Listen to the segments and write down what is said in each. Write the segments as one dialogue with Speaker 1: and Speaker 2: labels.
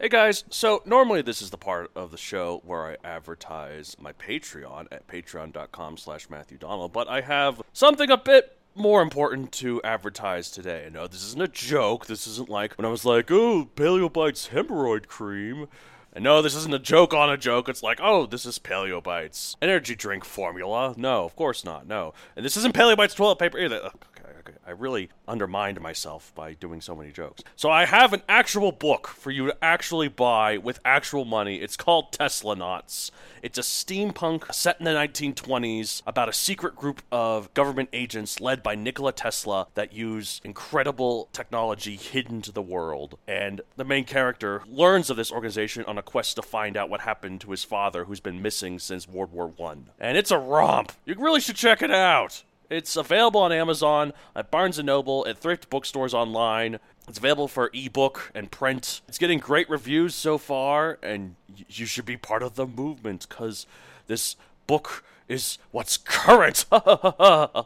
Speaker 1: Hey guys, so normally this is the part of the show where I advertise my Patreon at patreon.com slash Matthew Donald, but I have something a bit more important to advertise today. No, this isn't a joke. This isn't like when I was like, oh, Paleo Bites hemorrhoid cream. And no, this isn't a joke on a joke. It's like, oh, this is Paleo Bites energy drink formula. No, of course not. No. And this isn't Paleo Bites toilet paper either. Ugh, okay, okay. I really undermined myself by doing so many jokes. So I have an actual book for you to actually buy with actual money. It's called Tesla Knots. It's a steampunk set in the 1920s about a secret group of government agents led by Nikola Tesla that use incredible technology hidden to the world. And the main character learns of this organization on a quest to find out what happened to his father, who's been missing since World War One. And it's a romp. You really should check it out. It's available on Amazon, at Barnes & Noble, at thrift bookstores online. It's available for ebook and print. It's getting great reviews so far, and y- you should be part of the movement because this book is what's current.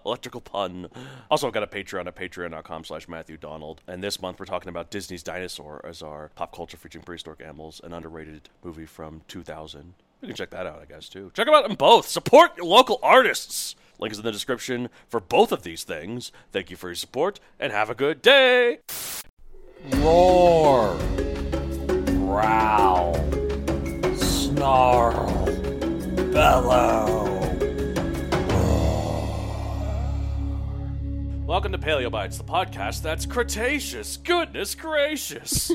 Speaker 1: Electrical pun. Also, I've got a Patreon at patreon.com slash Matthew Donald. And this month, we're talking about Disney's Dinosaur as our pop culture featuring prehistoric animals, an underrated movie from 2000. You can check that out, I guess, too. Check them out in both. Support your local artists. Link is in the description for both of these things. Thank you for your support and have a good day.
Speaker 2: Roar. Growl. Snarl. Bellow.
Speaker 1: Welcome to Paleobites, the podcast that's Cretaceous. Goodness gracious.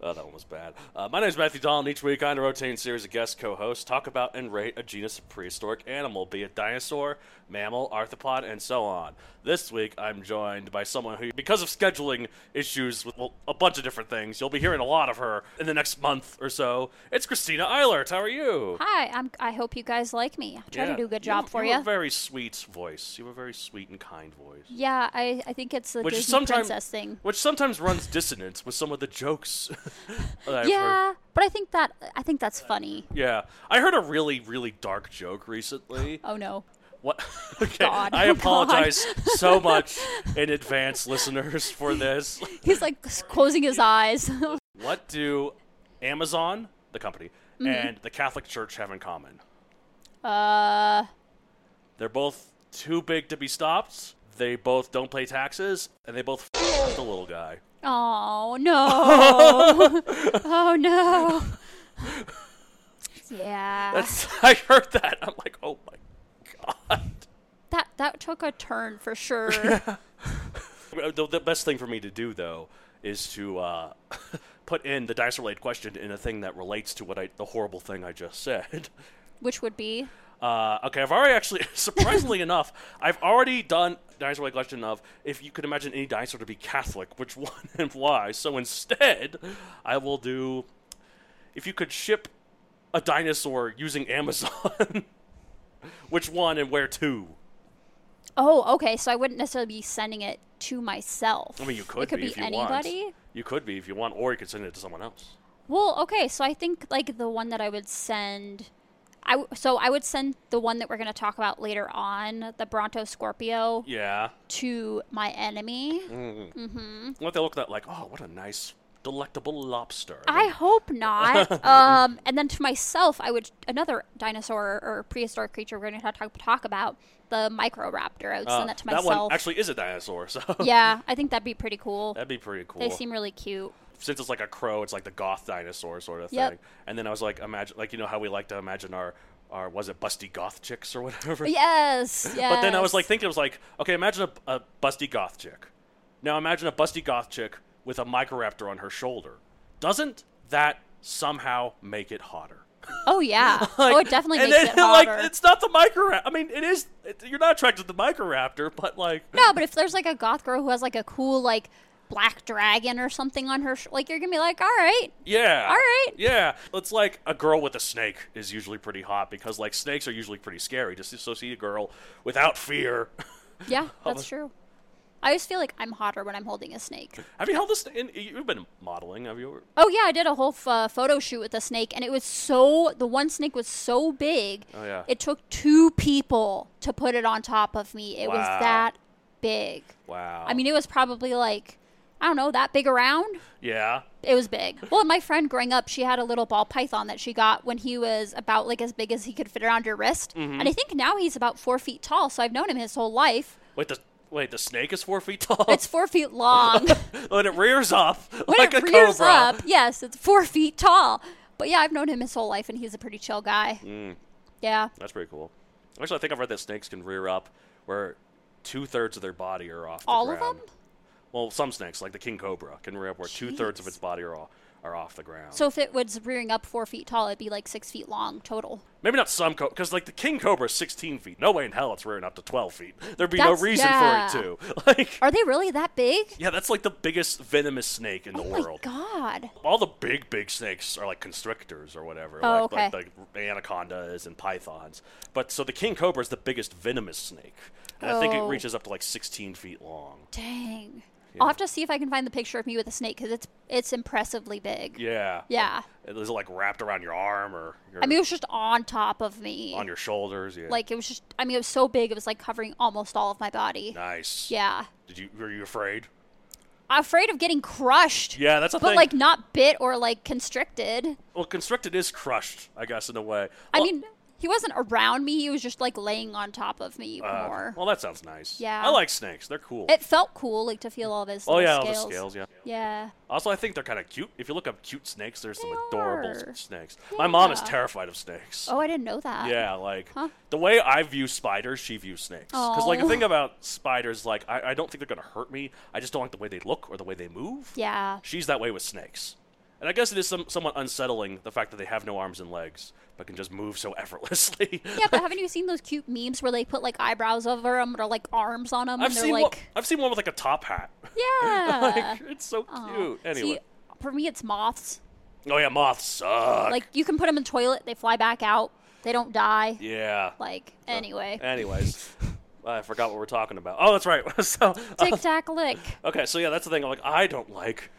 Speaker 1: Oh, that one was bad. Uh, my name is Matthew Donald, and each week on a rotating series of guest co hosts talk about and rate a genus of prehistoric animal, be it dinosaur, mammal, arthropod, and so on. This week, I'm joined by someone who, because of scheduling issues with well, a bunch of different things, you'll be hearing a lot of her in the next month or so. It's Christina Eilert. How are you?
Speaker 3: Hi, I'm, I hope you guys like me. I try
Speaker 1: Yeah.
Speaker 3: to do a good job
Speaker 1: you,
Speaker 3: for
Speaker 1: you. have
Speaker 3: you.
Speaker 1: a very sweet voice. You have a very sweet and kind voice.
Speaker 3: yeah, I, I think it's the
Speaker 1: Which
Speaker 3: Disney
Speaker 1: sometimes,
Speaker 3: princess thing.
Speaker 1: which sometimes runs dissonant with some of the jokes. that I've heard.
Speaker 3: Yeah, but I think that I think that's funny.
Speaker 1: Yeah, I heard a really, really dark joke recently.
Speaker 3: Oh no.
Speaker 1: What? okay,
Speaker 3: God.
Speaker 1: I
Speaker 3: Oh,
Speaker 1: apologize so much in advance, listeners, for this.
Speaker 3: He's like s- closing his eyes.
Speaker 1: What do Amazon, the company,
Speaker 3: Mm-hmm.
Speaker 1: and the Catholic Church have in common?
Speaker 3: uh
Speaker 1: They're both too big to be stopped. They both don't pay taxes, and they both f- the little
Speaker 3: Ah.
Speaker 1: guy.
Speaker 3: oh no. oh no. Yeah.
Speaker 1: That's I heard that. I'm like, oh my god.
Speaker 3: that that took a turn for sure.
Speaker 1: The, the best thing for me to do, though, is to uh, put in the dice related question in a thing that relates to what I, the horrible thing I just said.
Speaker 3: Which would be
Speaker 1: Uh, okay, I've already actually, surprisingly enough, I've already done dinosaur related question of if you could imagine any dinosaur to be Catholic, which one and why. So instead, I will do if you could ship a dinosaur using Amazon, which one and where to?
Speaker 3: Oh, okay, so I wouldn't necessarily be sending it to myself.
Speaker 1: I mean, you could,
Speaker 3: it could
Speaker 1: be,
Speaker 3: be,
Speaker 1: if you
Speaker 3: anybody.
Speaker 1: want. You could be if you want, or you could send it to someone else.
Speaker 3: Well, okay, so I think like the one that I would send I w- so I would send the one that we're going to talk about later on, the Bronto Scorpio
Speaker 1: Yeah.
Speaker 3: to my enemy.
Speaker 1: Mm-hmm. What if they look at that like, oh, what a nice delectable lobster.
Speaker 3: I hope not. um, and then to myself, I would another dinosaur or prehistoric creature we're going to talk, talk about the Microraptor. I would
Speaker 1: Uh,
Speaker 3: send that to
Speaker 1: that
Speaker 3: myself.
Speaker 1: one actually is a dinosaur, so
Speaker 3: yeah, I think that'd be pretty cool.
Speaker 1: that'd be pretty cool.
Speaker 3: They seem really cute.
Speaker 1: Since it's like a crow, it's like the goth dinosaur sort of
Speaker 3: Yep.
Speaker 1: thing. And then I was like, imagine, like you know how we like to imagine our, our was it busty goth chicks or whatever.
Speaker 3: Yes, yes.
Speaker 1: But then I was like thinking, I was like, okay, imagine a, a busty goth chick. Now imagine a busty goth chick with a microraptor on her shoulder. Doesn't that somehow make it hotter?
Speaker 3: oh yeah, oh it definitely
Speaker 1: and
Speaker 3: makes
Speaker 1: then,
Speaker 3: it hotter.
Speaker 1: Like it's not the microraptor. I mean, it is. It, you're not attracted to the microraptor, but like
Speaker 3: no, but if there's like a goth girl who has like a cool like black dragon or something on her, sh- like you're gonna be like, all right,
Speaker 1: Yeah.
Speaker 3: All right.
Speaker 1: Yeah. It's like a girl with a snake is usually pretty hot because like snakes are usually pretty scary. Just so see a girl without fear.
Speaker 3: yeah, that's true. I always feel like I'm hotter when I'm holding a snake.
Speaker 1: have you held this? In, you've been modeling. Have you? ever-
Speaker 3: Oh yeah, I did a whole f- uh, photo shoot with a snake, and it was so the one snake was so big.
Speaker 1: Oh, yeah.
Speaker 3: It took two people to put it on top of me. It was
Speaker 1: Wow.
Speaker 3: that big.
Speaker 1: Wow.
Speaker 3: I mean, it was probably like I don't know that big around.
Speaker 1: Yeah.
Speaker 3: It was big. Well, my friend growing up, she had a little ball python that she got when he was about like as big as he could fit around your wrist,
Speaker 1: Mm-hmm.
Speaker 3: and I think now he's about four feet tall. So I've known him his whole life.
Speaker 1: Wait. The wait. The snake is four feet tall.
Speaker 3: It's four feet long.
Speaker 1: when it rears up
Speaker 3: when
Speaker 1: like
Speaker 3: it
Speaker 1: a
Speaker 3: rears
Speaker 1: cobra.
Speaker 3: up, yes, it's four feet tall. But yeah, I've known him his whole life, and he's a pretty chill guy. Yeah.
Speaker 1: Mm. That's pretty cool. Actually, I think I've read that snakes can rear up where two thirds of their body are off. the
Speaker 3: All of
Speaker 1: ground.
Speaker 3: them?
Speaker 1: Well, some snakes, like the king cobra, can rear up where two thirds of its body are off, are off the ground.
Speaker 3: So if it was rearing up four feet tall, it'd be like six feet long total.
Speaker 1: Maybe not some cobra, because like the king cobra is 16 feet. No way in hell it's rearing up to 12 feet. There'd be
Speaker 3: That's-
Speaker 1: no reason
Speaker 3: yeah.
Speaker 1: for it to. Like,
Speaker 3: Are they really that big?
Speaker 1: yeah, that's like the biggest venomous snake in the
Speaker 3: oh
Speaker 1: world.
Speaker 3: my god.
Speaker 1: All the big, big snakes are like constrictors or whatever,
Speaker 3: Oh,
Speaker 1: like, like
Speaker 3: okay.
Speaker 1: like anacondas and pythons. But so the king cobra is the biggest venomous snake, and I think it
Speaker 3: Oh.
Speaker 1: reaches up to like 16 feet long.
Speaker 3: Dang. I'll have to see if I can find the picture of me with a snake because it's it's impressively big.
Speaker 1: Yeah.
Speaker 3: Yeah.
Speaker 1: It was like wrapped around your arm or your,
Speaker 3: I mean, it was just on top of me.
Speaker 1: on your shoulders. Yeah.
Speaker 3: like it was just. I mean, it was so big. It was like covering almost all of my body.
Speaker 1: nice.
Speaker 3: Yeah.
Speaker 1: Did you were you afraid?
Speaker 3: I'm afraid of getting crushed.
Speaker 1: Yeah, that's a
Speaker 3: but
Speaker 1: thing.
Speaker 3: like not bit or like constricted.
Speaker 1: Well, constricted is crushed, I guess, in a way.
Speaker 3: I
Speaker 1: Well-
Speaker 3: mean, he wasn't around me. He was just like laying on top of me
Speaker 1: Uh,
Speaker 3: more.
Speaker 1: Well, that sounds nice.
Speaker 3: Yeah.
Speaker 1: I like snakes. They're cool.
Speaker 3: it felt cool, like to feel all of his.
Speaker 1: oh
Speaker 3: little
Speaker 1: yeah,
Speaker 3: scales.
Speaker 1: all the scales. Yeah.
Speaker 3: Yeah.
Speaker 1: Also, I think they're kind of cute. If you look up cute snakes, there's some adorable s-
Speaker 3: are.
Speaker 1: snakes. My mom is
Speaker 3: Yeah.
Speaker 1: terrified of snakes.
Speaker 3: Oh, I didn't know that.
Speaker 1: Yeah, like the way I view spiders, she views snakes. Because like the
Speaker 3: Aw.
Speaker 1: thing about spiders, like I, I don't think they're gonna hurt me. I just don't like the way they look or the way they move.
Speaker 3: Yeah.
Speaker 1: She's that way with snakes. And I guess it is some, somewhat unsettling the fact that they have no arms and legs, but can just move so effortlessly.
Speaker 3: Yeah, but haven't you seen those cute memes where they put like eyebrows over them or like arms on them?
Speaker 1: I've
Speaker 3: and they're
Speaker 1: seen
Speaker 3: like,
Speaker 1: one, I've seen one with like a top hat.
Speaker 3: yeah.
Speaker 1: like, it's so cute. Anyway.
Speaker 3: See, for me, it's moths.
Speaker 1: Oh yeah, moths suck.
Speaker 3: Like you can put them in the toilet, they fly back out, they don't die.
Speaker 1: yeah.
Speaker 3: Like anyway,
Speaker 1: Anyways, I forgot what we're talking about. Oh, that's right. so uh,
Speaker 3: tic tac lick.
Speaker 1: okay, so yeah, that's the thing. I'm like, I don't like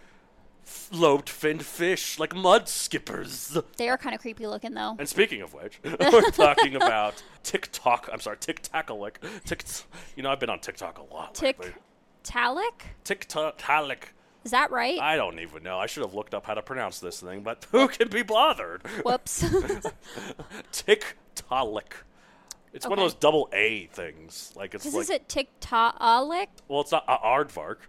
Speaker 1: f- lobed finned fish, like mud skippers.
Speaker 3: They are kind of creepy looking though.
Speaker 1: And speaking of which, we're talking about TikTok. I'm sorry, TikTokalic. Tick. You know, I've been on TikTok a lot.
Speaker 3: Tic talic.
Speaker 1: TikTokalic.
Speaker 3: Is that right?
Speaker 1: I don't even know. I should have looked up how to pronounce this thing, but who can be bothered?
Speaker 3: Whoops.
Speaker 1: TikTokalic. It's one of
Speaker 3: Okay.
Speaker 1: those double A things. Like it's
Speaker 3: Because
Speaker 1: like
Speaker 3: is it Tiktaalik?
Speaker 1: Well, it's not a aardvark.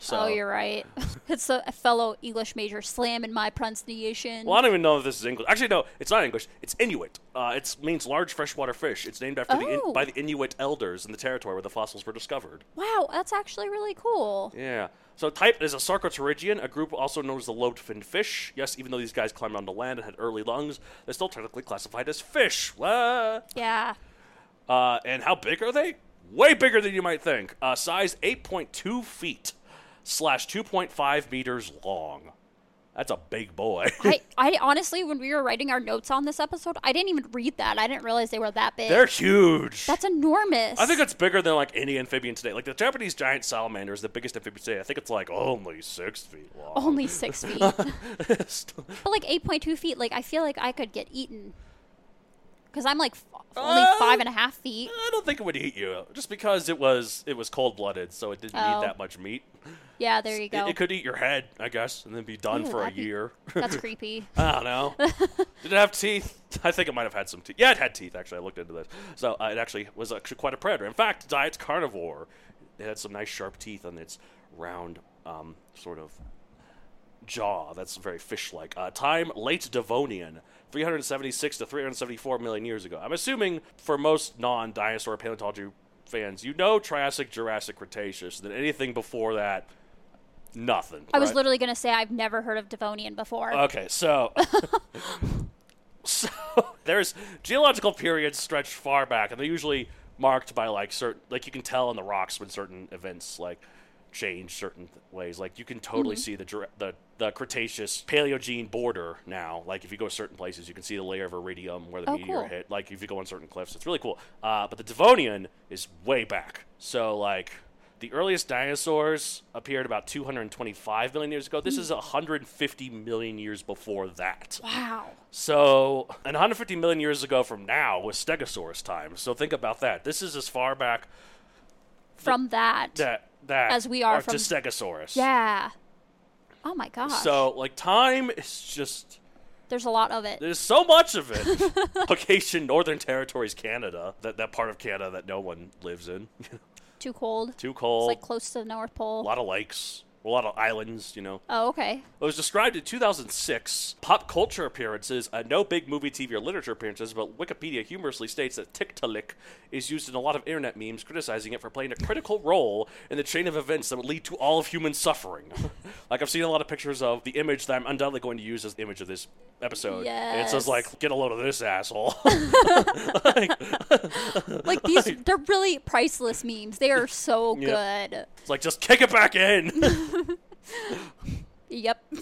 Speaker 1: So.
Speaker 3: Oh, you're right. it's a, a fellow English major slam in my pronunciation.
Speaker 1: Well, I don't even know if this is English. Actually, no, it's not English. It's Inuit. Uh, it means large freshwater fish. It's named after the in-
Speaker 3: Oh.
Speaker 1: by the Inuit elders in the territory where the fossils were discovered.
Speaker 3: Wow, that's actually really cool.
Speaker 1: Yeah. So type is a sarcopterygian, a group also known as the lobed finned fish. Yes, even though these guys climbed onto land and had early lungs, they're still technically classified as fish. What?
Speaker 3: Yeah.
Speaker 1: Uh, and how big are they? Way bigger than you might think. Uh, size 8.2 feet slash 2.5 meters long. That's a big boy.
Speaker 3: I, I honestly, when we were writing our notes on this episode, I didn't even read that. I didn't realize they were that big.
Speaker 1: They're huge.
Speaker 3: that's enormous.
Speaker 1: I think it's bigger than like any amphibian today. Like the Japanese giant salamander is the biggest amphibian today. I think it's like only six feet long.
Speaker 3: only six feet, but like eight point two feet. Like I feel like I could get eaten. because I'm like f- only
Speaker 1: Uh,
Speaker 3: five and a half feet.
Speaker 1: I don't think it would eat you, just because it was it was cold blooded, so it didn't
Speaker 3: Oh.
Speaker 1: need that much meat.
Speaker 3: Yeah, there you
Speaker 1: It,
Speaker 3: go.
Speaker 1: it could eat your head, I guess, and then be done
Speaker 3: Ew,
Speaker 1: for a
Speaker 3: that'd be-
Speaker 1: year.
Speaker 3: That's creepy.
Speaker 1: I don't know. Did it have teeth? I think it might have had some teeth. Yeah, it had teeth. Actually, I looked into this. So uh, it actually was actually quite a predator. In fact, it diets carnivore. It had some nice sharp teeth on its round um, sort of jaw. That's very fish-like. Uh, time late Devonian, 376 to 374 million years ago. I'm assuming for most non-dinosaur paleontology fans, you know Triassic, Jurassic, Cretaceous. Then anything before that, nothing.
Speaker 3: I was
Speaker 1: right? Uh,
Speaker 3: literally gonna say I've never heard of Devonian before.
Speaker 1: Okay, so so there's geological periods stretched far back, and they're usually marked by like certain, like you can tell on the rocks when certain events like change certain th- ways. Like you can totally
Speaker 3: Mm-hmm.
Speaker 1: see the dire- the the Cretaceous Paleogene border now. Like if you go certain places, you can see the layer of iridium where the
Speaker 3: Oh,
Speaker 1: meteor
Speaker 3: cool.
Speaker 1: hit. Like if you go on certain cliffs, it's really cool. Uh, but the Devonian is way back. So like. The earliest dinosaurs appeared about 225 million years ago. This
Speaker 3: Hmm.
Speaker 1: is 150 million years before that.
Speaker 3: Wow.
Speaker 1: So, and 150 million years ago from now was Stegosaurus time. So think about that. This is as far back
Speaker 3: From that.
Speaker 1: that that
Speaker 3: As we are
Speaker 1: or
Speaker 3: from-
Speaker 1: to Stegosaurus.
Speaker 3: Yeah. Oh my gosh.
Speaker 1: So like time is just
Speaker 3: there's a lot of it.
Speaker 1: there's so much of it. Location Northern Territories, Canada. That that part of Canada that no one lives in.
Speaker 3: Too cold.
Speaker 1: Too
Speaker 3: It's
Speaker 1: cold.
Speaker 3: like close to the North
Speaker 1: a
Speaker 3: Pole.
Speaker 1: lot of lakes. A lot of islands. You know.
Speaker 3: oh, okay.
Speaker 1: It was described in 2006. Pop culture appearances, uh, no big movie, TV, or literature appearances, but Wikipedia humorously states that Tiktaalik is used in a lot of internet memes, criticizing it for playing a critical role in the chain of events that would lead to all of human suffering. like, I've seen a lot of pictures of the image that I'm undoubtedly going to use as the image of this episode. And it says,
Speaker 3: Yes.
Speaker 1: like, get a load of this asshole.
Speaker 3: Like these, they're really priceless memes. They are so
Speaker 1: Yep.
Speaker 3: good.
Speaker 1: it's like, just kick it back in.
Speaker 3: Yep.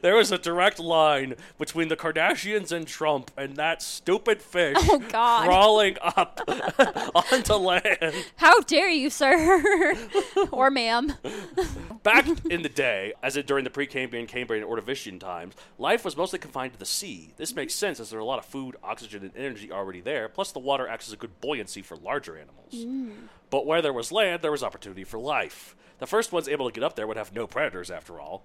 Speaker 1: There is a direct line between the Kardashians and Trump and that stupid fish
Speaker 3: Oh, God.
Speaker 1: crawling up onto land.
Speaker 3: How dare you, sir or ma'am?
Speaker 1: Back in the day, as it during the Precambrian, Cambrian, and Ordovician times, life was mostly confined to the sea. This makes
Speaker 3: Mm-hmm.
Speaker 1: sense as there are a lot of food, oxygen, and energy already there, plus the water acts as a good buoyancy for larger animals.
Speaker 3: Mm.
Speaker 1: But where there was land, there was opportunity for life. The first ones able to get up there would have no predators after all,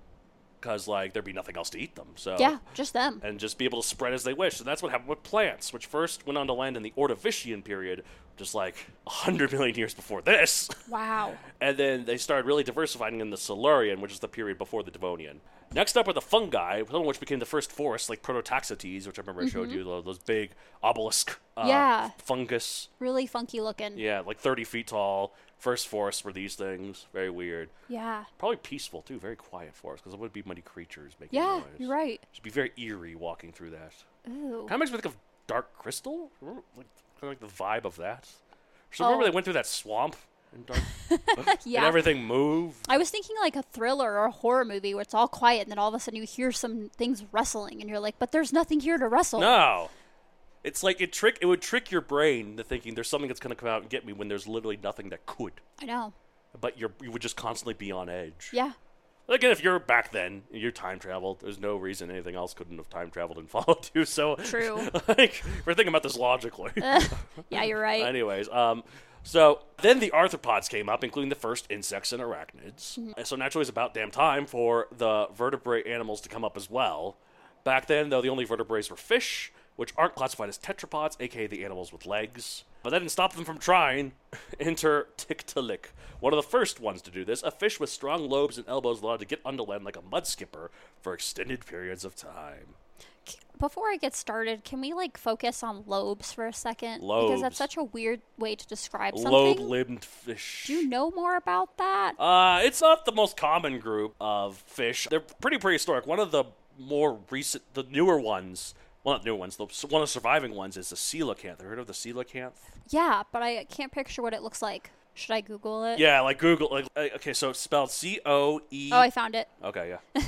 Speaker 1: because like there'd be nothing else to eat them. So
Speaker 3: Yeah, just them.
Speaker 1: and just be able to spread as they wish. And that's what happened with plants, which first went on to land in the Ordovician period, just like 100 million years before this.
Speaker 3: Wow.
Speaker 1: And then they started really diversifying in the Silurian, which is the period before the Devonian. Next up are the fungi, some of which became the first forests, like Prototaxotes, which I remember I showed you, tho- those big obelisk uh,
Speaker 3: Mm-hmm. Yeah.
Speaker 1: fungus.
Speaker 3: Really funky looking.
Speaker 1: Yeah,
Speaker 3: Yeah.
Speaker 1: like 30 feet tall. First forests were these things. Very weird.
Speaker 3: Yeah,
Speaker 1: Probably peaceful, too. Very quiet forest, because there would be many creatures making noise.
Speaker 3: you're right.
Speaker 1: It'd be very eerie walking through that.
Speaker 3: Ooh.
Speaker 1: Kind of makes me think of Dark Crystal. Remember, like, kind of like the vibe of that. So remember
Speaker 3: Oh.
Speaker 1: they went through that swamp and, dark, and
Speaker 3: Yeah.
Speaker 1: everything moved.
Speaker 3: I was thinking like a thriller or a horror movie where it's all quiet and then all of a sudden you hear some things rustling and you're like, but there's nothing here to rustle.
Speaker 1: No, it's like it trick. It would trick your brain into thinking there's something that's going to come out and get me when there's literally nothing that could.
Speaker 3: I know.
Speaker 1: But you're, you would just constantly be on edge.
Speaker 3: Yeah.
Speaker 1: Again, if you're back then, you're time traveled. There's no reason anything else couldn't have time traveled and followed you. So
Speaker 3: True.
Speaker 1: like, we're thinking about this logically.
Speaker 3: Yeah, you're right.
Speaker 1: Anyways, um, so then the arthropods came up, including the first insects and arachnids.
Speaker 3: Mm-hmm.
Speaker 1: And So naturally, it's about damn time for the vertebrate animals to come up as well. Back then, though, the only vertebrates were fish, which aren't classified as tetrapods, aka the animals with legs. But that didn't stop them from trying. Enter Tiktaalik, one of the first ones to do this, a fish with strong lobes and elbows allowed to get under land like a mud skipper for extended periods of time.
Speaker 3: C- Before I get started, can we like focus on lobes for a second? Because
Speaker 1: Lobes.
Speaker 3: that's such a weird way to describe
Speaker 1: Lobe
Speaker 3: something.
Speaker 1: limbed fish.
Speaker 3: Do you know more about that?
Speaker 1: Uh, it's not the most common group of fish. They're pretty prehistoric. One of the more recent, the newer ones, well, not newer ones, the, one of the surviving ones is the coelacanth. Have you heard of the coelacanth?
Speaker 3: yeah, but I can't picture what it looks like. Should I Google it?
Speaker 1: Yeah, like Google. Like, uh, okay, so it's spelled C O E.
Speaker 3: Oh, I found it.
Speaker 1: Okay, yeah.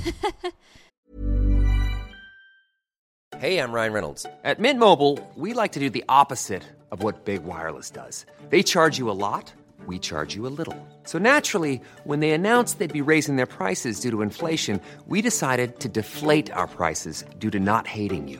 Speaker 2: Hey, I'm Ryan Reynolds. At Mint Mobile, we like to do the opposite of what Big Wireless does. They charge you a lot, we charge you a little. So naturally, when they announced they'd be raising their prices due to inflation, we decided to deflate our prices due to not hating you.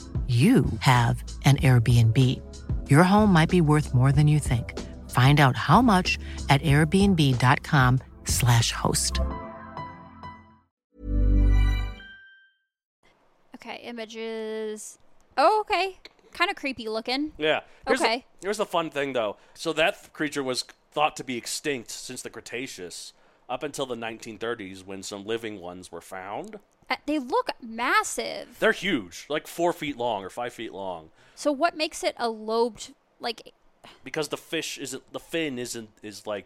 Speaker 4: you have an Airbnb. Your home might be worth more than you think. Find out how much at airbnb.com/slash host.
Speaker 3: Okay, images. Oh, okay. Kind of creepy looking.
Speaker 1: Yeah. Here's
Speaker 3: Okay.
Speaker 1: The, here's the fun thing, though. So that th- creature was thought to be extinct since the Cretaceous, up until the 1930s when some living ones were found.
Speaker 3: Uh, They look massive.
Speaker 1: They're huge, like four feet long or five feet long,
Speaker 3: So what makes it a lobed like
Speaker 1: because the fish isn't the fin isn't is like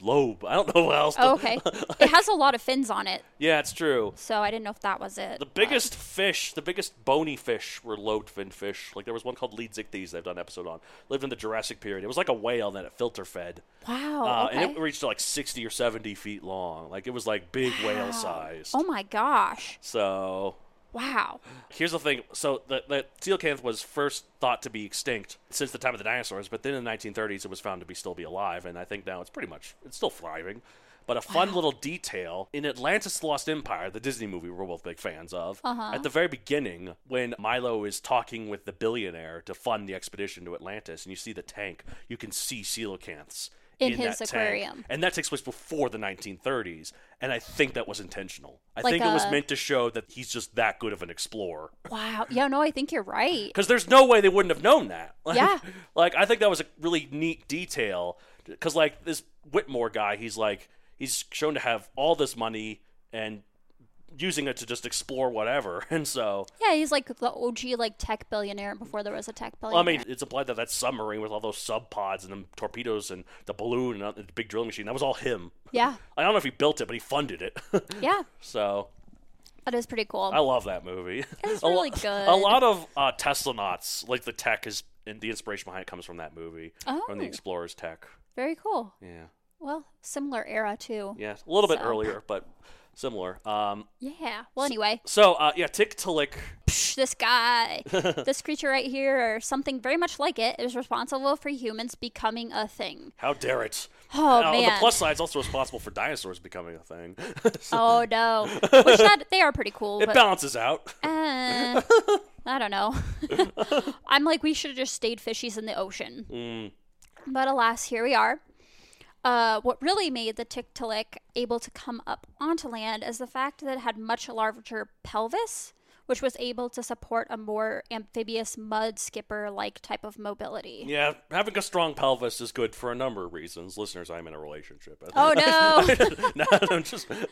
Speaker 1: lobe. I don't know what else. to-
Speaker 3: oh, okay. it has a lot of fins on it,
Speaker 1: yeah, it's true.
Speaker 3: so I didn't know if that was it.
Speaker 1: The
Speaker 3: but-
Speaker 1: biggest fish, the biggest bony fish, were lobed fin fish. Like there was one called Leedzichthys. They've done an episode on. Lived in the Jurassic period. It was like a whale that it filter fed.
Speaker 3: Wow.
Speaker 1: Uh,
Speaker 3: Oh, okay.
Speaker 1: And it reached to like 60 or 70 feet long. Like it was like big whale size.
Speaker 3: oh my gosh.
Speaker 1: So
Speaker 3: Wow.
Speaker 1: here's the thing. So the, the coelacanth was first thought to be extinct since the time of the dinosaurs, but then in the 1930s it was found to be still be alive, and I think now it's pretty much it's still thriving. But a fun little detail in Atlantis: The Lost Empire, the Disney movie we're both big fans of,
Speaker 3: Uh-huh.
Speaker 1: at the very beginning, when Milo is talking with the billionaire to fund the expedition to Atlantis, and you see the tank, you can see coelacanths
Speaker 3: In
Speaker 1: that
Speaker 3: his
Speaker 1: tank.
Speaker 3: aquarium.
Speaker 1: and that takes place before the 1930s, and I think that was intentional. I
Speaker 3: Like
Speaker 1: think it was
Speaker 3: a-
Speaker 1: meant to show that he's just that good of an explorer.
Speaker 3: Wow. Yeah, no, I think you're right.
Speaker 1: Because there's no way they wouldn't have known that. Like,
Speaker 3: Yeah.
Speaker 1: Like, I think that was a really neat detail. Because, like, this Whitmore guy, he's like, he's shown to have all this money and using it to just explore whatever. And so,
Speaker 3: Yeah, he's like the OG like tech billionaire before there was a tech
Speaker 1: well, I
Speaker 3: billionaire.
Speaker 1: mean, it's implied that that submarine with all those sub pods and the torpedoes and the balloon and the big drilling machine, that was all him.
Speaker 3: yeah,
Speaker 1: I don't know if he built it, but he funded it.
Speaker 3: yeah,
Speaker 1: so,
Speaker 3: that is pretty cool.
Speaker 1: I love that movie.
Speaker 3: It's
Speaker 1: A lo-
Speaker 3: Um, really good.
Speaker 1: A lot of uh, Tesla knots, like the tech is, and the inspiration behind it comes from that movie, from the
Speaker 3: Oh.
Speaker 1: Explorer's tech.
Speaker 3: Very cool.
Speaker 1: Yeah.
Speaker 3: Well, similar era too.
Speaker 1: Yeah, a little bit
Speaker 3: So-
Speaker 1: earlier, but similar. Um,
Speaker 3: Yeah. Well, anyway,
Speaker 1: so uh, yeah, Tiktaalik.
Speaker 3: psh, this guy, this creature right here, or something very much like it, is responsible for humans becoming a thing.
Speaker 1: How dare it?
Speaker 3: Oh
Speaker 1: Now, on the
Speaker 3: man.
Speaker 1: plus side, it's also responsible for dinosaurs becoming a thing.
Speaker 3: oh no. Which that they are pretty cool.
Speaker 1: it
Speaker 3: but,
Speaker 1: balances out.
Speaker 3: eh, I don't know. I'm like, we should have just stayed fishies in the ocean.
Speaker 1: Mm.
Speaker 3: But alas, here we are. Uh, what really made the Tiktaalik able to come up onto land is the fact that it had much larger pelvis, which was able to support a more amphibious mud skipper like type of mobility.
Speaker 1: Yeah, having a strong pelvis is good for a number of reasons. Listeners, I'm in a relationship.
Speaker 3: Oh no!
Speaker 1: no, I'm just,
Speaker 3: la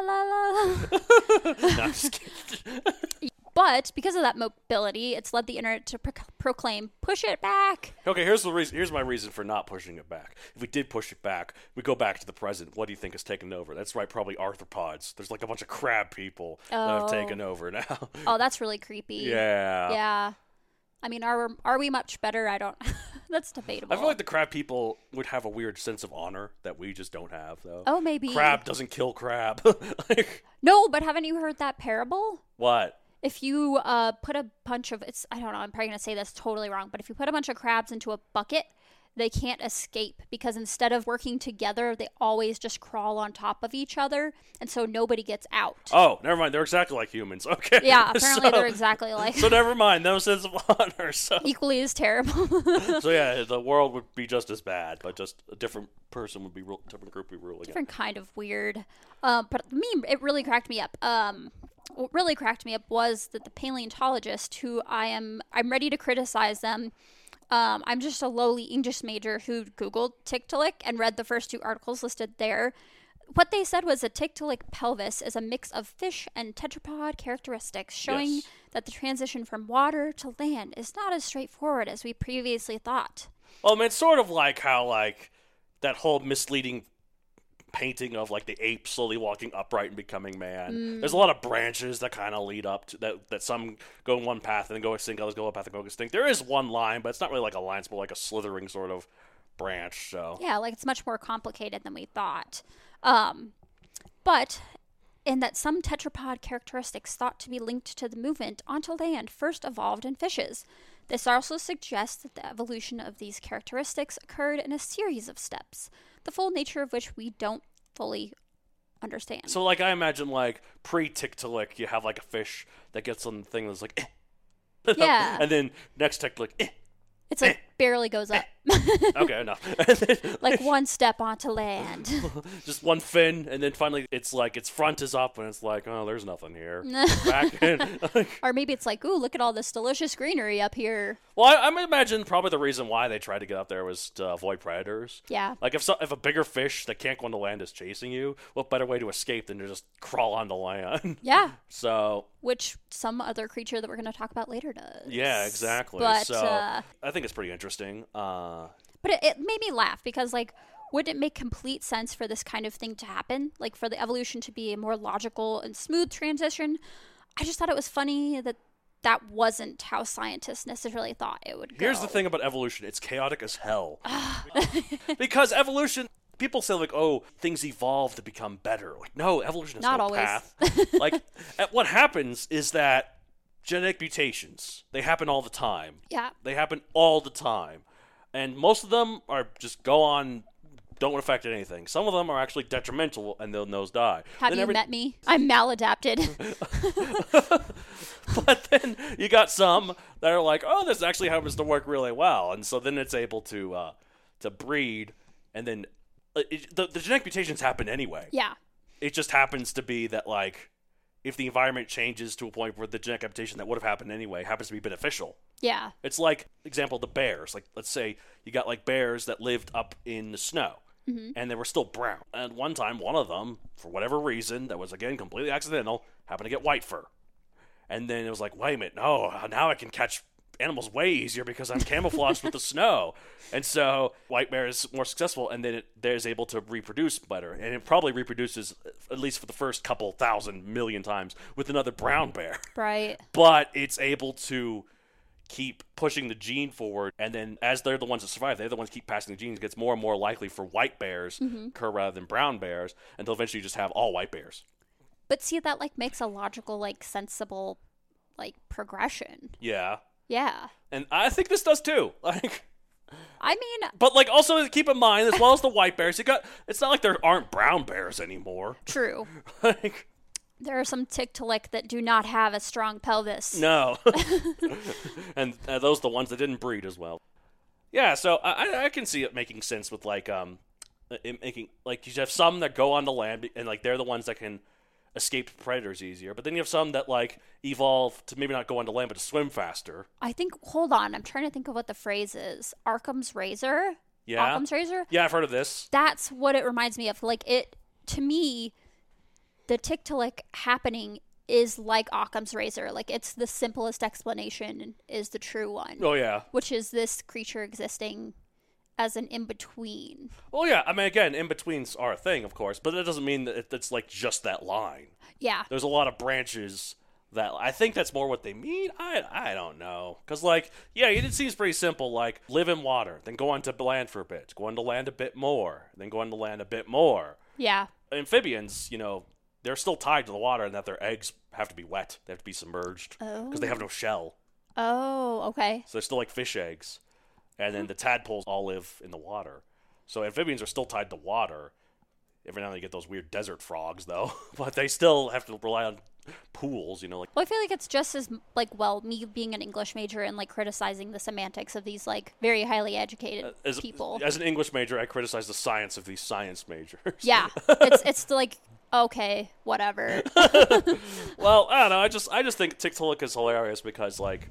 Speaker 3: la la. la.
Speaker 1: no, I'm just kidding.
Speaker 3: But because of that mobility, it's led the internet to proc proclaim, "Push it back."
Speaker 1: Okay, here's the reason. Here's my reason for not pushing it back. If we did push it back, we go back to the present. What do you think has taken over? That's right, probably arthropods. There's like a bunch of crab people that have
Speaker 3: Oh.
Speaker 1: taken over now.
Speaker 3: Oh, that's really creepy.
Speaker 1: yeah.
Speaker 3: Yeah. I mean, are are we much better? I don't. that's debatable.
Speaker 1: I feel like the crab people would have a weird sense of honor that we just don't have, though.
Speaker 3: Oh, maybe.
Speaker 1: Crab doesn't kill crab. like,
Speaker 3: No, but haven't you heard that parable?
Speaker 1: what?
Speaker 3: If you uh, put a bunch of it's I don't know, I'm probably gonna say this totally wrong, but if you put a bunch of crabs into a bucket, they can't escape because instead of working together, they always just crawl on top of each other, and so nobody gets out.
Speaker 1: Oh, never mind. They're exactly like humans. Okay.
Speaker 3: Yeah, apparently
Speaker 1: So-
Speaker 3: they're exactly like
Speaker 1: So never mind. No sense of honor. So,
Speaker 3: equally as terrible.
Speaker 1: so yeah, the world would be just as bad, but just a different person would be ru- different group would be ruling. it.
Speaker 3: different kind of weird. Uh, but me, it really cracked me up. Um, what really cracked me up was that the paleontologist, who I am, I'm ready to criticize them. Um, I'm just a lowly English major who Googled Tiktaalik and read the first two articles listed there. What they said was a Tiktaalik pelvis is a mix of fish and tetrapod characteristics, showing
Speaker 1: Yes.
Speaker 3: that the transition from water to land is not as straightforward as we previously thought.
Speaker 1: Well, I mean, it's Um, sort of like how like that whole misleading painting of like the ape slowly walking upright and becoming man.
Speaker 3: Mm.
Speaker 1: There's a lot of branches that kind of lead up to that. That some go one path and then go extinct, others go one path and go extinct. There is one line, but it's not really like a line. It's more like a slithering sort of branch. So
Speaker 3: Yeah, like it's much more complicated than we thought. Um, but in that some tetrapod characteristics thought to be linked to the movement onto land first evolved in fishes. This also suggests that the evolution of these characteristics occurred in a series of steps, the full nature of which we don't fully understand.
Speaker 1: So like I imagine like pre Tiktaalik, you have like a fish that gets on the thing that's like, eh.
Speaker 3: Yeah.
Speaker 1: and then next Tiktaalik, eh.
Speaker 3: it's like barely goes up,
Speaker 1: okay, enough. And then,
Speaker 3: like one step onto land.
Speaker 1: just one fin, and then finally it's like its front is up, and it's like, oh, there's nothing here. Back in.
Speaker 3: or maybe it's like, ooh, look at all this delicious greenery up here.
Speaker 1: well, I, I imagine probably the reason why they tried to get up there was to avoid predators.
Speaker 3: Yeah.
Speaker 1: Like if so, if a bigger fish that can't go on the land is chasing you, what better way to escape than to just crawl on the land?
Speaker 3: Yeah.
Speaker 1: so
Speaker 3: which some other creature that we're going to talk about later does.
Speaker 1: yeah, exactly.
Speaker 3: But
Speaker 1: so
Speaker 3: uh,
Speaker 1: I think it's pretty interesting. Uh,
Speaker 3: but it, it made me laugh because like, would it make complete sense for this kind of thing to happen? Like for the evolution to be a more logical and smooth transition? I just thought it was funny that that wasn't how scientists necessarily thought it would go. Ah.
Speaker 1: Here's the thing about evolution it's chaotic as hell. because evolution, people say, like, oh, things evolve to become better. Like, no, evolution is
Speaker 3: Not
Speaker 1: no
Speaker 3: always.
Speaker 1: path. like, at- what happens is that genetic mutations, they happen all the time.
Speaker 3: Yeah.
Speaker 1: They happen all the time. And most of them are just go on, don't affect anything. Some of them are actually detrimental and they'll nose die.
Speaker 3: Have
Speaker 1: Then
Speaker 3: you
Speaker 1: every-
Speaker 3: met me? I'm maladapted.
Speaker 1: but then you got some that are like, oh, this actually happens to work really well, and so then it's able to uh, to breed, and then uh, it, the, the genetic mutations happen anyway.
Speaker 3: yeah.
Speaker 1: It just happens to be that like if the environment changes to a point where the genetic mutation that would have happened anyway happens to be beneficial.
Speaker 3: Yeah.
Speaker 1: It's like example the bears. Like let's say you got like bears that lived up in the snow. And they were still brown. And one time, one of them, for whatever reason, that was again completely accidental, happened to get white fur. And then it was like, wait a minute, no, now I can catch animals way easier because I'm camouflaged with the snow. And so white bear is more successful, and then it there's able to reproduce better, and it probably reproduces uh, at least for the first couple thousand million times with another brown bear
Speaker 3: Right.
Speaker 1: but it's able to keep pushing the gene forward and then as they're the ones that survive they're the ones that keep passing the genes it gets more and more likely for white bears to occur rather than brown bears until eventually you just have all white bears
Speaker 3: But see, that like makes a logical, like sensible, like progression.
Speaker 1: yeah
Speaker 3: Yeah.
Speaker 1: and i think this does too like
Speaker 3: I mean,
Speaker 1: but like also keep in mind as well as the white bears you got it's not like there aren't brown bears anymore
Speaker 3: true.
Speaker 1: like
Speaker 3: There are some Tiktaalik that do not have a strong pelvis.
Speaker 1: No. and uh, those are the ones that didn't breed as well. Yeah, so I, I- I can see it making sense with like um, it making like you have some that go on the land and like they're the ones that can escape predators easier, but then you have some that like evolve to maybe not go onto land but to swim faster.
Speaker 3: I think. Hold on, I'm trying to think of what the phrase is. Arkham's razor.
Speaker 1: Yeah.
Speaker 3: Occam's razor.
Speaker 1: Yeah, I've heard of this.
Speaker 3: That's what it reminds me of. Like it to me, the Tiktaalik happening is like Occam's razor. Like it's the simplest explanation is the true one,
Speaker 1: Oh yeah.
Speaker 3: which is this creature existing as an in between.
Speaker 1: Oh yeah. I mean, again, in betweens are a thing, of course, but that doesn't mean that it- it's like just that line.
Speaker 3: Yeah.
Speaker 1: there's a lot of branches that I think that's more what they mean. I I don't know because like yeah, it seems pretty simple. Like live in water, then go on to land for a bit, go on to land a bit more, then go on to land a bit more.
Speaker 3: Yeah.
Speaker 1: Amphibians, you know, they're still tied to the water, and that their eggs have to be wet. They have to be submerged because they have no shell,
Speaker 3: Oh, okay.
Speaker 1: so they're still like fish eggs. And then the tadpoles all live in the water, so amphibians are still tied to water. Every now and then you get those weird desert frogs, though, but they still have to rely on pools. You know, like.
Speaker 3: Well, I feel like it's just as like well, me being an English major and like criticizing the semantics of these like very highly educated
Speaker 1: Uh, as,
Speaker 3: people.
Speaker 1: As an English major, I criticize the science of these science majors.
Speaker 3: Yeah, it's it's like okay, whatever.
Speaker 1: well, I don't know. I just I just think TikTok is hilarious because like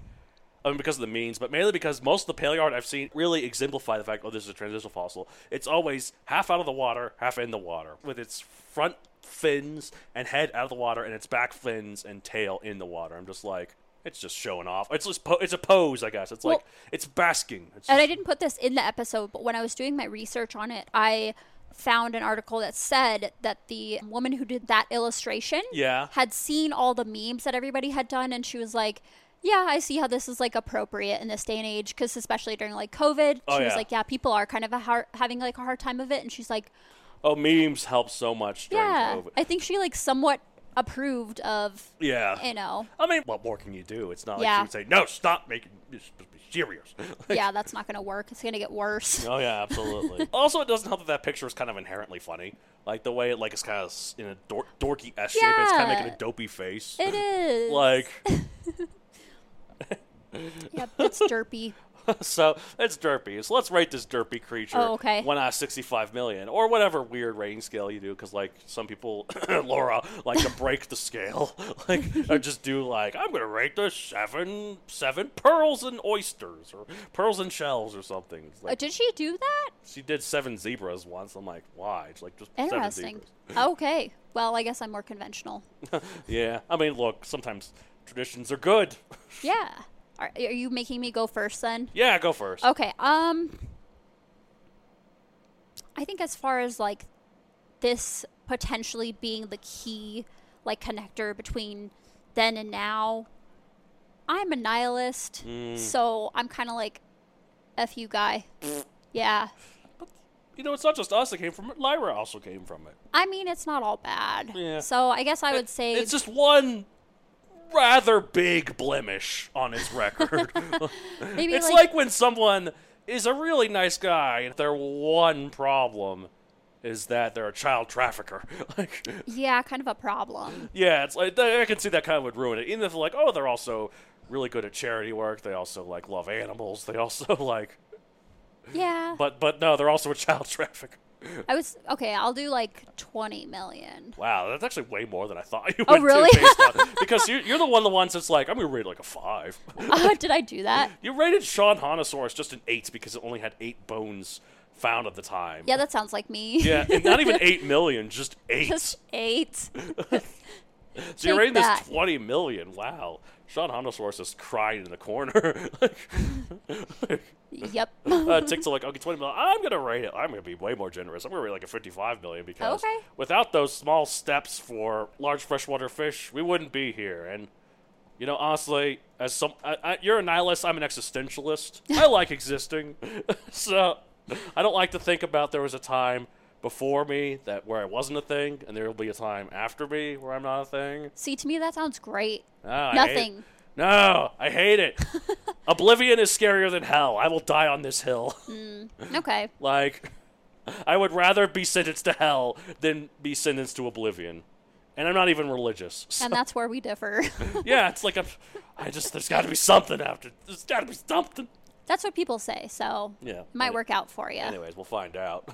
Speaker 1: I mean, because of the means, but mainly because most of the paleo art I've seen really exemplify the fact, oh, this is a transitional fossil. It's always half out of the water, half in the water, with its front fins and head out of the water, and its back fins and tail in the water. I'm just like, it's just showing off. It's just po- it's a pose, I guess. It's like
Speaker 3: Well-
Speaker 1: it's basking. It's
Speaker 3: and I
Speaker 1: just-
Speaker 3: didn't put this in the episode, but when I was doing my research on it, I found an article that said that the woman who did that illustration
Speaker 1: Yeah.
Speaker 3: had seen all the memes that everybody had done and she was like yeah i see how this is like appropriate in this day and age because especially during like covid she
Speaker 1: Oh,
Speaker 3: was
Speaker 1: yeah.
Speaker 3: like yeah people are kind of a hard, having like a hard time of it and she's like
Speaker 1: oh, memes help so much during
Speaker 3: yeah
Speaker 1: COVID.
Speaker 3: i think she like somewhat approved of
Speaker 1: yeah,
Speaker 3: you know
Speaker 1: I mean, what more can you do? It's not like
Speaker 3: Yeah.
Speaker 1: you would say, no, stop making this supposed to be serious.
Speaker 3: yeah that's not gonna work it's gonna get worse
Speaker 1: oh yeah, absolutely. also, it doesn't help that that picture is kind of inherently funny. Like the way it like it's kind of s- in a dor- dorky S shape. and It's kind of
Speaker 3: Yeah.
Speaker 1: making a dopey face.
Speaker 3: it is
Speaker 1: like
Speaker 3: yep it's derpy Uh,
Speaker 1: so it's derpy. So let's rate this derpy creature
Speaker 3: Oh, okay.
Speaker 1: one out of sixty-five million, or whatever weird rating scale you do, because like some people, Laura, like to break the scale, like or just do like I'm gonna rate this seven seven pearls and oysters or pearls and shells or something. It's
Speaker 3: Uh,
Speaker 1: like,
Speaker 3: did she do that
Speaker 1: she did seven zebras once. I'm like, why? It's like just seven
Speaker 3: interesting
Speaker 1: zebras.
Speaker 3: okay well i guess i'm more conventional
Speaker 1: Yeah, I mean, look, sometimes traditions are good.
Speaker 3: yeah are, are you making me go first then
Speaker 1: yeah, go first.
Speaker 3: Okay. Um I think as far as like this potentially being the key like connector between then and now, I'm a nihilist.
Speaker 1: Mm.
Speaker 3: So I'm kind of like F you guy. yeah.
Speaker 1: You know, it's not just us that came from it. Lyra also came from it.
Speaker 3: I mean, it's not all bad.
Speaker 1: Yeah.
Speaker 3: So I guess I would say
Speaker 1: It's just one rather big blemish on its record.
Speaker 3: maybe
Speaker 1: it's like,
Speaker 3: like,
Speaker 1: when someone is a really nice guy and their one problem is that they're a child trafficker. like,
Speaker 3: yeah, kind of a problem.
Speaker 1: yeah, it's like I can see that kind of would ruin it. Even if like, oh, they're also really good at charity work. They also like love animals. They also like,
Speaker 3: Yeah.
Speaker 1: but but no, they're also a child trafficker.
Speaker 3: I was okay, I'll do like 20 million.
Speaker 1: Wow, that's actually way more than I thought you
Speaker 3: Oh,
Speaker 1: would do
Speaker 3: really?
Speaker 1: based on- because you're, you're the one of the ones that's like, I'm gonna rate it like a five.
Speaker 3: Uh, did I do that?
Speaker 1: You rated Sean Honosaurus just an eight because it only had eight bones found at the time.
Speaker 3: Yeah, that sounds like me.
Speaker 1: Yeah, and not even eight million, just eight.
Speaker 3: Just eight.
Speaker 1: so you're
Speaker 3: take
Speaker 1: rating
Speaker 3: that.
Speaker 1: this twenty million. Wow, Sean Honosaurus is crying in the corner.
Speaker 3: yep.
Speaker 1: uh, Tick's like, okay, twenty million. I'm gonna rate it. I'm gonna be way more generous. I'm gonna rate it like a fifty-five million because
Speaker 3: Okay.
Speaker 1: without those small steps for large freshwater fish, we wouldn't be here. And you know, honestly, as some, I, I, you're a nihilist. I'm an existentialist. I like existing. so I don't like to think about there was a time before me that where I wasn't a thing, and there will be a time after me where I'm not a thing.
Speaker 3: See, to me that sounds great.
Speaker 1: No, I hate it.
Speaker 3: Nothing.
Speaker 1: No, I hate it. Oblivion is scarier than hell. I will die on this hill.
Speaker 3: Okay.
Speaker 1: Like, I would rather be sentenced to hell than be sentenced to oblivion. And I'm not even religious. So,
Speaker 3: And that's where we differ.
Speaker 1: yeah, it's like I'm, I just there's got to be something after. There's got to be something.
Speaker 3: that's what people say, so
Speaker 1: Yeah,
Speaker 3: it might
Speaker 1: any-
Speaker 3: work out for you.
Speaker 1: Anyways, we'll find out.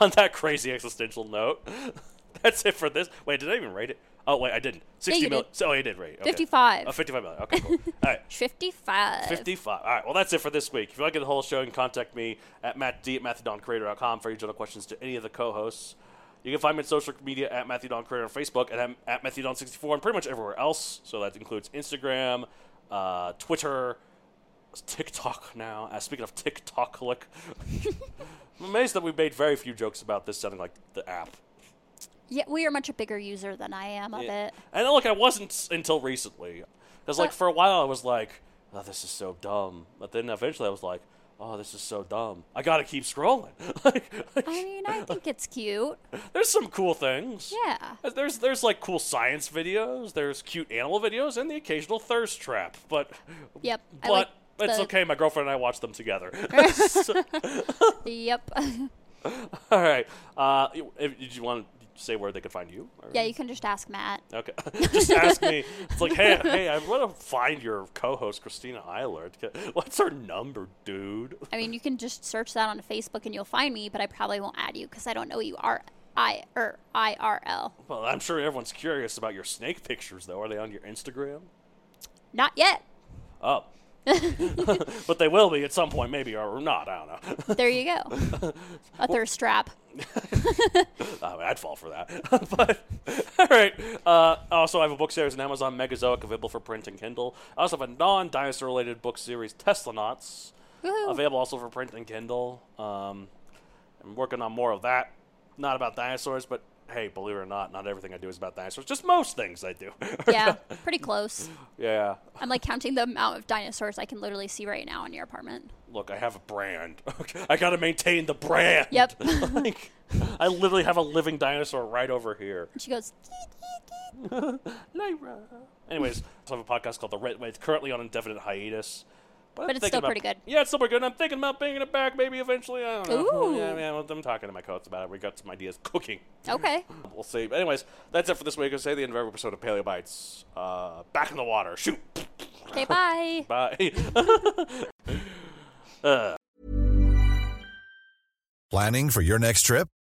Speaker 1: On that crazy existential note, that's it for this. Wait, did I even rate it? Oh wait, I didn't. Sixty
Speaker 3: you
Speaker 1: million.
Speaker 3: did.
Speaker 1: So I did rate. it, Okay.
Speaker 3: 55.
Speaker 1: Oh, fifty-five million. Okay, cool. All right.
Speaker 3: 55.
Speaker 1: 55. All right. Well, that's it for this week. If you like the whole show, you can contact me at mattd at matthedoncreator.com for your general questions to any of the co-hosts. You can find me on social media at matthewdoncreator on Facebook and I'm at matthewdon64 and pretty much everywhere else. So that includes Instagram, uh, Twitter, TikTok now. Uh, speaking of TikTok, look, I'm amazed that we made very few jokes about this sounding like the app.
Speaker 3: Yeah, we are much a bigger user than I am of
Speaker 1: Yeah.
Speaker 3: it.
Speaker 1: And look, I wasn't s- until recently, because like for a while I was like, "Oh, this is so dumb," but then eventually I was like, "Oh, this is so dumb. I gotta keep scrolling." like, like,
Speaker 3: I mean, I think it's cute.
Speaker 1: there's some cool things.
Speaker 3: Yeah.
Speaker 1: Uh, There's there's like cool science videos. There's cute animal videos and the occasional thirst trap. But
Speaker 3: Yep. I
Speaker 1: but
Speaker 3: like
Speaker 1: it's
Speaker 3: the-
Speaker 1: okay. My girlfriend and I watch them together.
Speaker 3: Yep.
Speaker 1: All right. Uh, y- if, did you want to say where they could find you? Or-
Speaker 3: yeah, you can just ask Matt.
Speaker 1: Okay. Just ask me. It's like, hey, hey, I want to find your co-host Christina Eilert. What's her number, dude?
Speaker 3: I mean, you can just search that on Facebook and you'll find me, but I probably won't add you because I don't know you are I or IRL.
Speaker 1: Well, I'm sure everyone's curious about your snake pictures, though. Are they on your Instagram?
Speaker 3: Not yet.
Speaker 1: up. but they will be at some point, maybe, or not. I don't know.
Speaker 3: There you go. A thirst trap.
Speaker 1: I mean, I'd fall for that. but all right. Uh, also, I have a book series on Amazon, Megazoic, available for print and Kindle. I also have a non-dinosaur-related book series, Teslanauts, available also for print and Kindle. Um, I'm working on more of that. Not about dinosaurs, but hey, believe it or not, not everything I do is about dinosaurs. Just most things I do.
Speaker 3: Yeah, pretty close.
Speaker 1: yeah.
Speaker 3: I'm like counting the amount of dinosaurs I can literally see right now in your apartment.
Speaker 1: Look, I have a brand. I gotta maintain the brand.
Speaker 3: Yep.
Speaker 1: like, I literally have a living dinosaur right over here.
Speaker 3: And she goes,
Speaker 1: Lyra. Anyways, I have a podcast called The Red Way. It's currently on indefinite hiatus. I'm
Speaker 3: But it's
Speaker 1: thinking
Speaker 3: still
Speaker 1: about-
Speaker 3: pretty good.
Speaker 1: Yeah, it's still pretty good. And I'm thinking about bringing it back maybe eventually. I don't know.
Speaker 3: Ooh.
Speaker 1: Yeah, yeah, well, I'm talking to my coach about it. We got some ideas cooking.
Speaker 3: okay.
Speaker 1: We'll see. But anyways, that's it for this week. I'll say the end of every episode of Paleo Bites. Uh, back in the water. Shoot.
Speaker 3: Okay, bye.
Speaker 1: Bye.
Speaker 5: Planning for your next trip?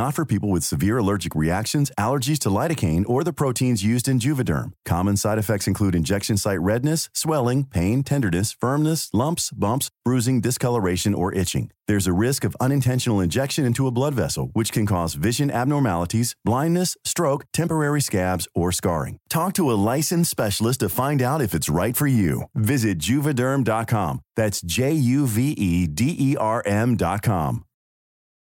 Speaker 6: Not for people with severe allergic reactions, allergies to lidocaine, or the proteins used in Juvederm. Common side effects include injection site redness, swelling, pain, tenderness, firmness, lumps, bumps, bruising, discoloration, or itching. There's a risk of unintentional injection into a blood vessel, which can cause vision abnormalities, blindness, stroke, temporary scabs, or scarring. Talk to a licensed specialist to find out if it's right for you. Visit juvederm.com. That's J U V E D E R M.com.